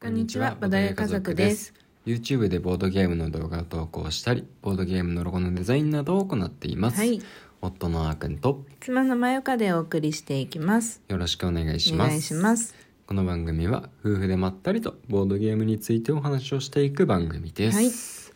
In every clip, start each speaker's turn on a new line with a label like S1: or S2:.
S1: こんにちは、ボダヤ家族です。。
S2: YouTube でボードゲームの動画を投稿したり、ボードゲームのロゴのデザインなどを行っています。
S1: はい、
S2: 夫のあーくんと
S1: 妻のまよかでお送りしていきます。
S2: よろしくお願いし
S1: お
S2: ます。
S1: 願いします。
S2: この番組は夫婦でまったりとボードゲームについてお話をしていく番組です。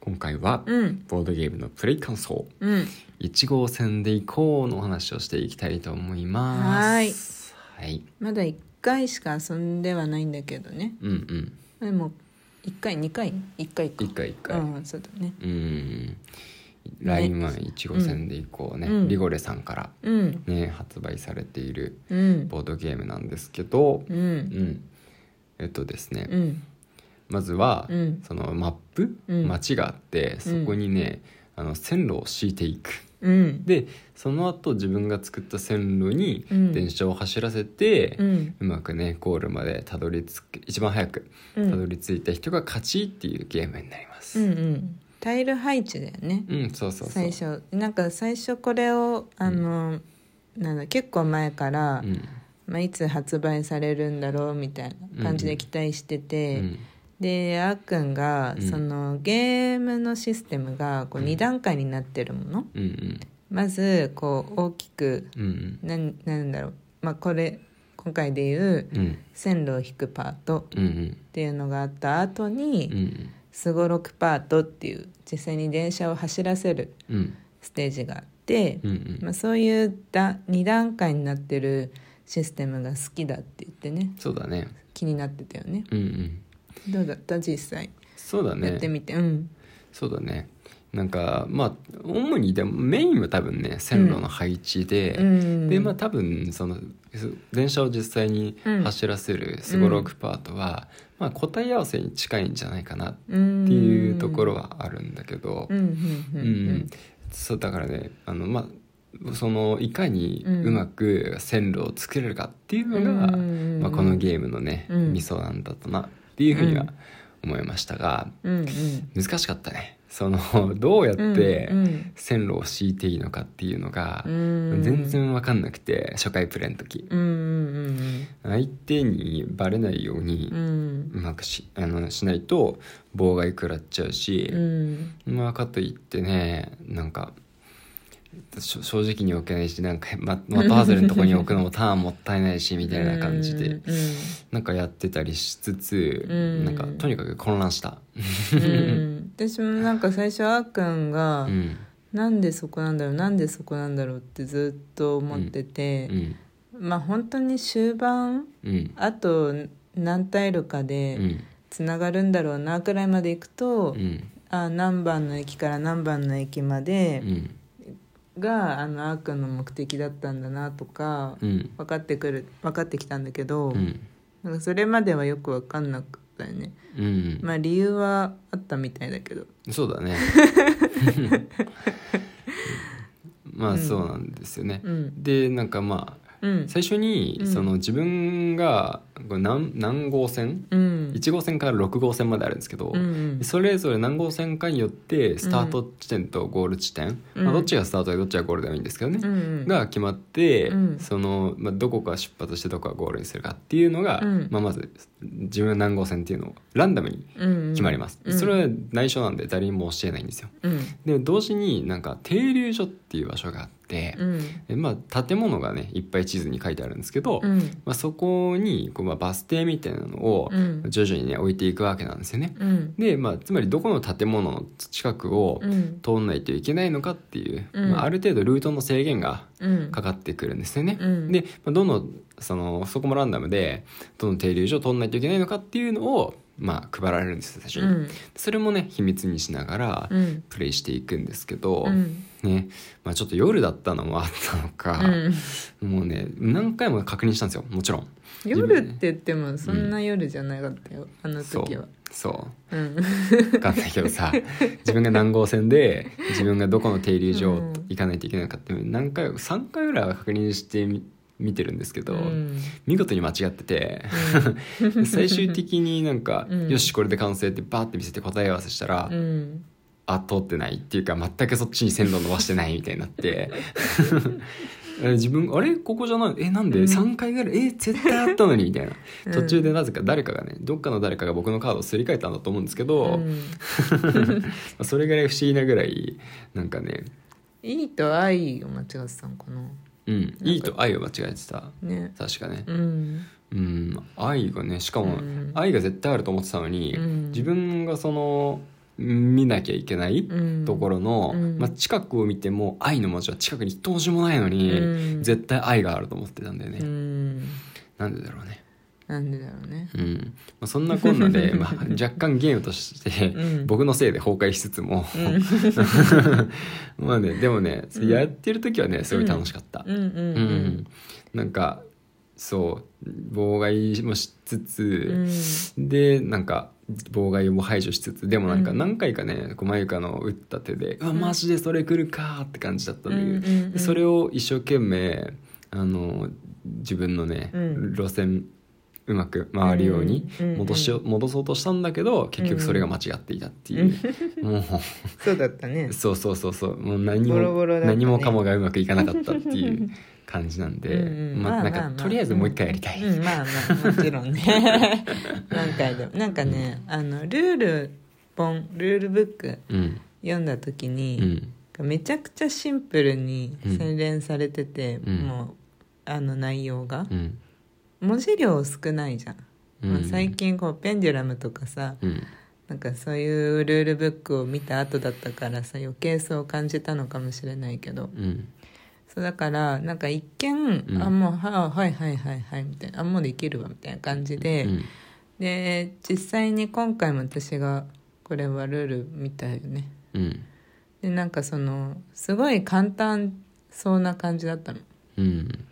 S2: 今回は、
S1: うん、
S2: ボードゲームのプレイ感想、
S1: うん、
S2: 1号線で行こうのお話をしていきたいと思います。はい。
S1: まだ一回しか遊んではないんだけどね。
S2: うんうん。
S1: でも、一回、二回、一回か。
S2: 一回一回。
S1: うん、そうだね。
S2: うん。LINE は1号線で行こうね。
S1: うん
S2: リゴレさんから。
S1: うん、
S2: ね、発売されている
S1: うん、
S2: ボードゲームなんですけど、
S1: う
S2: うん
S1: ん、
S2: えっとですね、
S1: うん、
S2: まずは、
S1: うん
S2: そのマップ、
S1: うん
S2: 街があってそこにね、あの線路を敷いていく
S1: うん、
S2: でその後自分が作った線路に
S1: うん
S2: 電車を走らせて、
S1: う、
S2: うんまくねゴールまでたどり着く一番早く
S1: う
S2: た
S1: ん
S2: どり着いた人が勝ちっていうゲームになり
S1: う
S2: ます。
S1: ん、うん。タイル配置だよね。
S2: うん、そうそうそう。
S1: 最初、なんか最初これを、あの、なんだ、結構前から
S2: う。ん、
S1: まあ、いつ発売されるんだろうみたいな感じで期待して
S2: う
S1: て、
S2: ん、
S1: であっくんが、
S2: うん
S1: そのゲームのシステムがこう
S2: うん
S1: 2段階になってるもの、
S2: うんうん
S1: まずこう大きく
S2: うん
S1: なんなんだろう、まあ、これ今回でいう
S2: うんうん
S1: 線路を引くパート
S2: うんうん
S1: っていうのがあった後
S2: う
S1: に
S2: ん
S1: すごろくパートっていう実際に電車を走らせる
S2: うん
S1: ステージがあって、
S2: うんうん
S1: まあ、そういうだ2段階になってるシステムが好きだって言ってね
S2: そうだね。
S1: 気になってたよね
S2: うんうん。
S1: どうだった実際、
S2: そうだ
S1: やって
S2: ね。
S1: みてうん
S2: そうだね。なんかまあ主にでもメインは多分ね線路の配置で、
S1: うん
S2: でまあ多分そのす電車を実際に
S1: うん
S2: 走らせるすごろくパートは、まあ答え合わせに近いんじゃないかなっ
S1: って
S2: ていうところはあるんだけど、
S1: うんうん
S2: う
S1: うんんうん
S2: そうだからねあのまあそのいかにうまく線路を作れるかっていうのが、
S1: うん
S2: まあ、このゲームのね、
S1: うん
S2: 味噌なんだとなっていうふうに
S1: うん
S2: は思いましたが、
S1: うんうん
S2: 難しかったねその どうやって
S1: うん
S2: 線路を敷いていいのかっていうのが
S1: うん
S2: 全然分かんなくて初回プレイの時
S1: うんうん
S2: 相手にバレないように
S1: うんうん
S2: うまくしあのしないと妨害食らっちゃうし、
S1: うん
S2: まあかといってねなんかしょ正直に置けないしなんか ままた外れのとこに置くのもターンもったいないしみたいな感じで
S1: うんうん
S2: なんかやってたりしつつ、
S1: うん
S2: なんかとにかく混乱した。
S1: うん私もなんか最初あっくん
S2: う
S1: が
S2: ん
S1: なんでそこなんだろうなんでそこなんだろうってずっと思って
S2: う
S1: て
S2: ん
S1: まあ本当に終盤
S2: うん
S1: あと何タイルか
S2: う
S1: で
S2: ん
S1: つながるんだろうなくらいまでいくと、
S2: うん
S1: あ何番の駅から何番の駅ま
S2: う
S1: で
S2: ん
S1: があのあーくんの目的だったんだなとか
S2: うん
S1: 分かってくる分かってきたんだけど、
S2: うん
S1: なんかそれまではよく分かんなかったよね
S2: うん
S1: まあ理由はあったみたいだけど
S2: そう だねまあそうなんですよね、
S1: うん
S2: でなんかまあ
S1: うん
S2: 最初に
S1: うん
S2: その自分がこれ何何号線
S1: うん
S2: 1号線から6号線まであるんですけど、
S1: うん
S2: それぞれ何号線かによってスタート地点とゴール地点、
S1: うん
S2: まあ、どっちがスタートでどっちがゴールでもいいんですけどね、
S1: うんうん
S2: が決まって、
S1: うん
S2: その、まあ、どこから出発してどこからゴールにするかっていうのが、
S1: うん
S2: まあ、まず自分は何号線っていうのをランダムに
S1: うん
S2: 決まります、
S1: うん
S2: それは内緒なんで誰にも教えないんですよ
S1: うん
S2: で同時になんか停留所っていう場所があって
S1: う、ん
S2: でまあ、建物がねいっぱい地図に書いてあるんですけど、
S1: うん
S2: まあ、そこにこう、まあ、バス停みたいなのを
S1: うん
S2: 徐々にね置いていくわけなんですよね、
S1: うん
S2: で、まあ、つまりどこの建物の近くを
S1: うん
S2: 通んないといけないのかっていう、
S1: うん
S2: まあ、ある程度ルートの制限が
S1: うん
S2: かかってくるんですよね。
S1: うん
S2: で、まあ、どのそのそこもランダムでどの停留所を通んないといけないのかっていうのを、まあ、配られるんですよ最初
S1: う
S2: に、
S1: ん
S2: それもね秘密にしながら
S1: うん
S2: プレイしていくんですけど、
S1: うん
S2: ねまあ、ちょっと夜だったのもあったのか、
S1: うん
S2: もうね何回も確認したんですよもちろん。
S1: 夜って言ってもそんな夜じゃなかったよ、あの
S2: そう
S1: 時は
S2: そう
S1: うん
S2: 分かんないけどさ自分が何号線で自分がどこの停留所を
S1: うん
S2: 行かないといけないのかって何回3回ぐらいは確認してみ見てるんですけど、
S1: うん
S2: 見事に間違っ てて最終的になんか、
S1: うん
S2: よしこれで完成ってバーって見せて答え合わせしたら、
S1: うん
S2: あ通ってないっていうか全くそっちに線路伸ばしてないみたいになってえ自分あれここじゃないえなんで、
S1: うん
S2: 3回ぐらいえ絶対あったのにみたいな
S1: うん
S2: 途中でなぜか誰かがねどっかの誰かが僕のカードをすり替えたんだと思うんですけど、
S1: うん
S2: それぐらい不思議なぐらいなんかね
S1: いいと愛を間違ってたのかな
S2: うんいいと愛を間違えてた
S1: ね
S2: 確かね
S1: うん
S2: うん愛がねしか
S1: う
S2: も
S1: ん
S2: 愛が絶対あると思ってたのに、
S1: うん
S2: 自分がその見なきゃいけない
S1: うん
S2: ところの、
S1: うん
S2: まあ、近くを見ても愛の文字は近くに一文字もないのに、
S1: うん
S2: 絶対愛があると思ってたんだよね、
S1: うん
S2: なんでだろうね
S1: なんでだろうね
S2: うんまあ、そんなこん なで、まあ、若干ゲームとして、
S1: うん
S2: 僕のせいで崩壊しつつも、 まあねでもね、
S1: うん
S2: やってる時はねすごい楽しかった、
S1: うんう
S2: うん
S1: んうん
S2: なんかそう妨害もしつ
S1: う
S2: つ、
S1: ん
S2: でなんか妨害も排除しつつでもなんか
S1: うん
S2: 何回かねこうまゆかの打った手で「うわ
S1: うん
S2: マジでそれ来るか」って感じだったんだけど、
S1: うんうんうん
S2: それを一生懸命あの自分のね、
S1: うん
S2: 路線うまく回るように
S1: うんうんうん
S2: 戻しよう戻そうとしたんだけど結局それが間違っていたっていう、も
S1: そうだったね
S2: うそうそうそうそうもう何も
S1: ボロボロだったね
S2: 何もかもがうまくいかなかったっていう感じなんで、
S1: うんうん
S2: ま
S1: まあ
S2: なん
S1: まあ
S2: か
S1: まあ
S2: とりあえずもう一回やりたい。
S1: うん、まあまあもちろんね何回でもなんかねあのルール本ルールブック
S2: うん
S1: 読んだ時
S2: う
S1: に、
S2: ん
S1: めちゃくちゃシンプルに
S2: うん
S1: 洗練されてて、
S2: うん
S1: もうあの内容が
S2: う、ん
S1: 文字量少ないじゃん、
S2: うん
S1: まあ、最近こうペンデュラムとかさ
S2: うん
S1: なんかそういうルールブックを見た後だったからさ余計そう感じたのかもしれないけど
S2: うん
S1: そうだからなんか一見、
S2: うん
S1: あもうははいはいはいはいみたいなあもうできるわみたいな感じで、
S2: うん
S1: で実際に今回も私がこれはルールみたいよね
S2: うん
S1: でなんかそのすごい簡単そうな感じだったの
S2: うん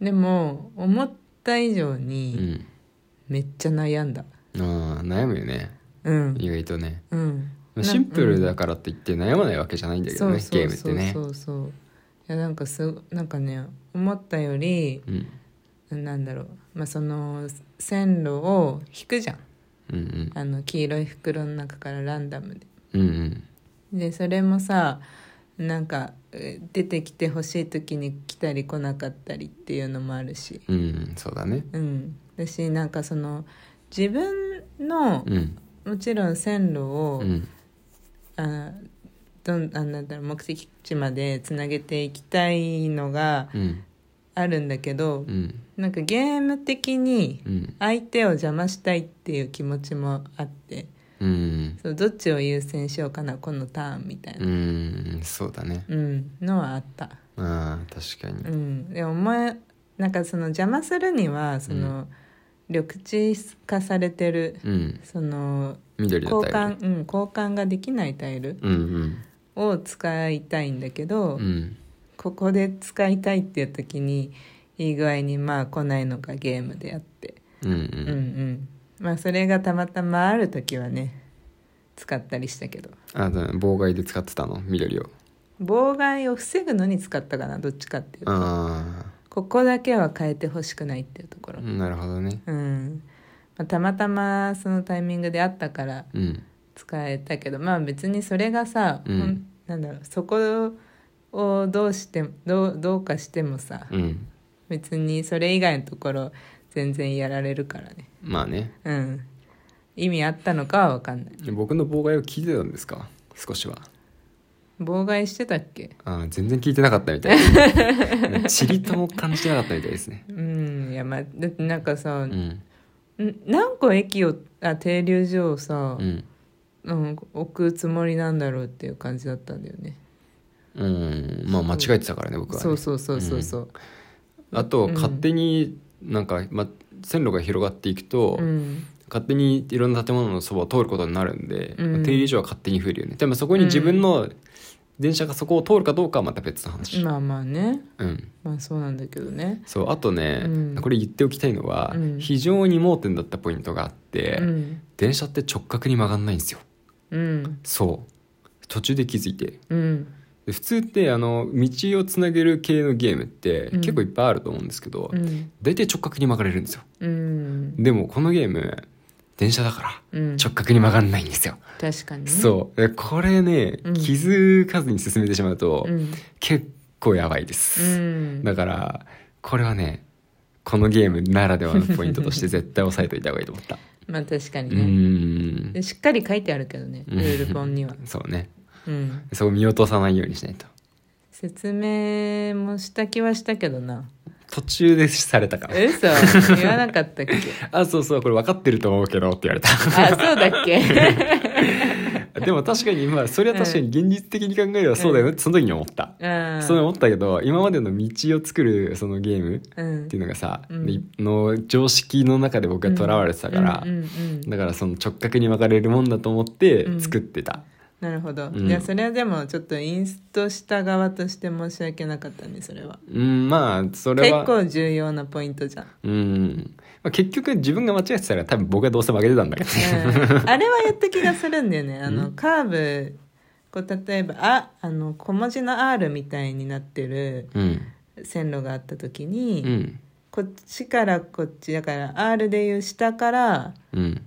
S1: でも思った以上
S2: う
S1: に
S2: ん
S1: めっちゃ悩んだ
S2: あー悩むよね
S1: うん
S2: 意外とね
S1: うんな
S2: シンプルだからって言って悩まないわけじゃないんだけどねゲームってね
S1: そうそうそうそういやなんかすごなんかね思ったより
S2: うん
S1: なんだろう、まあ、その線路を引くじゃん
S2: うん
S1: あの黄色い袋の中からランダムで
S2: うんうん
S1: でそれもさなんかえ出てきてほしい時に来たり来なかったりっていうのもあるし
S2: うんうんそうだね
S1: うんだしなんかその自分の
S2: うん
S1: もちろん線路を、
S2: うん
S1: あどんあなんだろう目的地までつなげていきたいのが
S2: うん
S1: あるんだけど
S2: うん
S1: なんかゲーム的に
S2: うん
S1: 相手を邪魔したいっていう気持ちもあって
S2: うん
S1: そうどっちを優先しようかなこのターンみたいな、
S2: うんそうだね
S1: うん、のはあった。
S2: あー確か
S1: う
S2: に
S1: ん、でお前なんかその邪魔するにはその、緑地化されてる
S2: うん
S1: その
S2: 緑だ
S1: 交
S2: ったよ
S1: 換、うん、交換ができないタイル
S2: うん
S1: を使いたいんだけど、
S2: うんうん
S1: ここで使いたいっていう時にいい具合にまあ来ないのがゲームであって、
S2: うんう
S1: うんうんん、まあそれがたまたまある時はね使ったりしたけど
S2: あと妨害で使ってたの緑を
S1: 妨害を防ぐのに使ったかなどっちかっていうと
S2: あ
S1: ここだけは変えてほしくないっていうところ
S2: あなるほどね
S1: うんまあ、たまたまそのタイミングであったから
S2: うん
S1: 使えたけどまあ別にそれがさ、
S2: うん
S1: ほんなんだろうそこをどうしてどうどうかしてもさ、
S2: うん
S1: 別にそれ以外のところ全然やられるからね
S2: まあね
S1: うん意味あったのかは分かんない
S2: 僕の妨害を聞いてたんですか少しは
S1: 妨害してたっけ
S2: あー全然聞いてなかったみたいですちりとも感じてなかったみたいですね
S1: うんいやまあだってなんかさ、
S2: うん
S1: ん何個駅をあ停留所をさ
S2: う、ん
S1: うん、置くつもりなんだろうっていう感じだったんだよね
S2: うんまあ間違えてたからね僕はね
S1: そうそうそうそうそう
S2: あと、
S1: うん
S2: 勝手になんか、ま、線路が広がっていくと、
S1: うん
S2: 勝手にいろんな建物のそばを通ることになるんで、
S1: うん
S2: まあ、停留所は勝手に増えるよねでもそこに自分の電車がそこを通るかどうかはまた別の話、
S1: まあまあね
S2: うん、
S1: まあそうなんだけどね
S2: そうあとね、
S1: うん
S2: これ言っておきたいのは、
S1: うん
S2: 非常に盲点だったポイントがあって、
S1: うん
S2: 電車って直角に曲がんないんですよ
S1: うん
S2: そう途中で気づいて
S1: うん
S2: で普通ってあの道をつなげる系のゲームって
S1: うん
S2: 結構いっぱいあると思うんですけど、
S1: うん
S2: 大体直角に曲がれるんですよ
S1: うん
S2: でもこのゲーム電車だか
S1: うん
S2: ら直角に曲がんないんですよ、
S1: 確かにね
S2: そうでこれね
S1: うん
S2: 気づかずに進めてしまうと、
S1: うん
S2: 結構やばいで
S1: う
S2: す、
S1: ん
S2: だからこれはねこのゲームならではのポイントと して絶対押さえといた方がいいと思った
S1: まあ確か
S2: う
S1: にね、
S2: ーん
S1: でしっかり書いてあるけどねルール本には、
S2: そうね
S1: うん、
S2: そこ見落とさないようにしないと
S1: 説明もした気はしたけどな
S2: 途中でされたから
S1: 嘘 言わなかったっけ
S2: あそうそうこれ分かってると思うけどって言われた
S1: あそうだっ け
S2: でも確かにまあそれは確かに現実的に考えればそうだよねってその時に思った、
S1: うん
S2: そう思ったけど今までの道を作るそのゲームっ
S1: うん
S2: ていうのがさ、
S1: うん
S2: での常識の中で僕はとらわれてたから、
S1: うんうんうん
S2: だからその直角に分かれるもんだと思って
S1: うん
S2: 作ってた、
S1: なるほど、
S2: うん
S1: いやそれはでもちょっとインストした側として申し訳なかったねそれは
S2: うん、まあそれ
S1: 結
S2: は
S1: 構重要なポイントじゃん、
S2: うん、まあ、結局自分が間違えてたら多分僕はどうせ負けてたんだけどね
S1: うん、あれはやった気がするんだよねあ
S2: う
S1: のカーブこう例えば「あ」あの小文字の R みたいになってる
S2: うん
S1: 線路があった時
S2: う
S1: に、
S2: ん
S1: こっちからこっちだから R でいう下から
S2: うん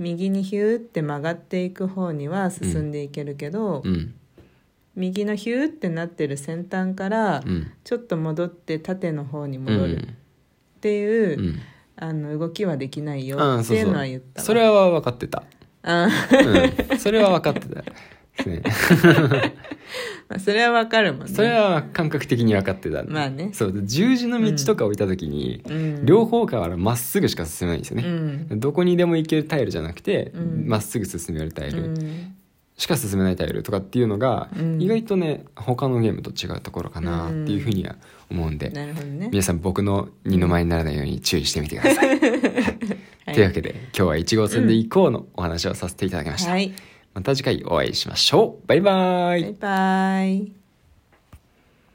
S1: 右にヒューって曲がっていく方には進んでいけるけど、
S2: うん
S1: 右のヒューってなってる先端から
S2: うん
S1: ちょっと戻って縦の方に
S2: う
S1: 戻るっ
S2: ん
S1: ていうう、
S2: ん
S1: あの動きはできないよ
S2: ああ
S1: って
S2: そう
S1: い
S2: そうう
S1: のは言ったわ
S2: それは分かってた、
S1: うん
S2: うん、それは分かってたですね
S1: まあそれはわかるもんね
S2: それは感覚的に分かってた、
S1: まあね
S2: そう十字の道とか置いた時に、
S1: うん
S2: 両方からまっすぐしか進めないんですよ
S1: う
S2: ね、
S1: ん
S2: どこにでも行けるタイルじゃなくて
S1: うん
S2: ま、っすぐ進めるタイ
S1: う
S2: ル
S1: ん
S2: しか進めないタイルとかっていうのが、
S1: うん
S2: 意外とね他のゲームと違うところかなっていうふうには思うんで、
S1: なるほどね
S2: 皆さん僕の二の舞にならないように注意してみてください。
S1: はい
S2: というわけで今日は1号線で行こうのお話をさせていただきました。
S1: はい
S2: また次回お会いしましょう。バイバイ。
S1: バイバイ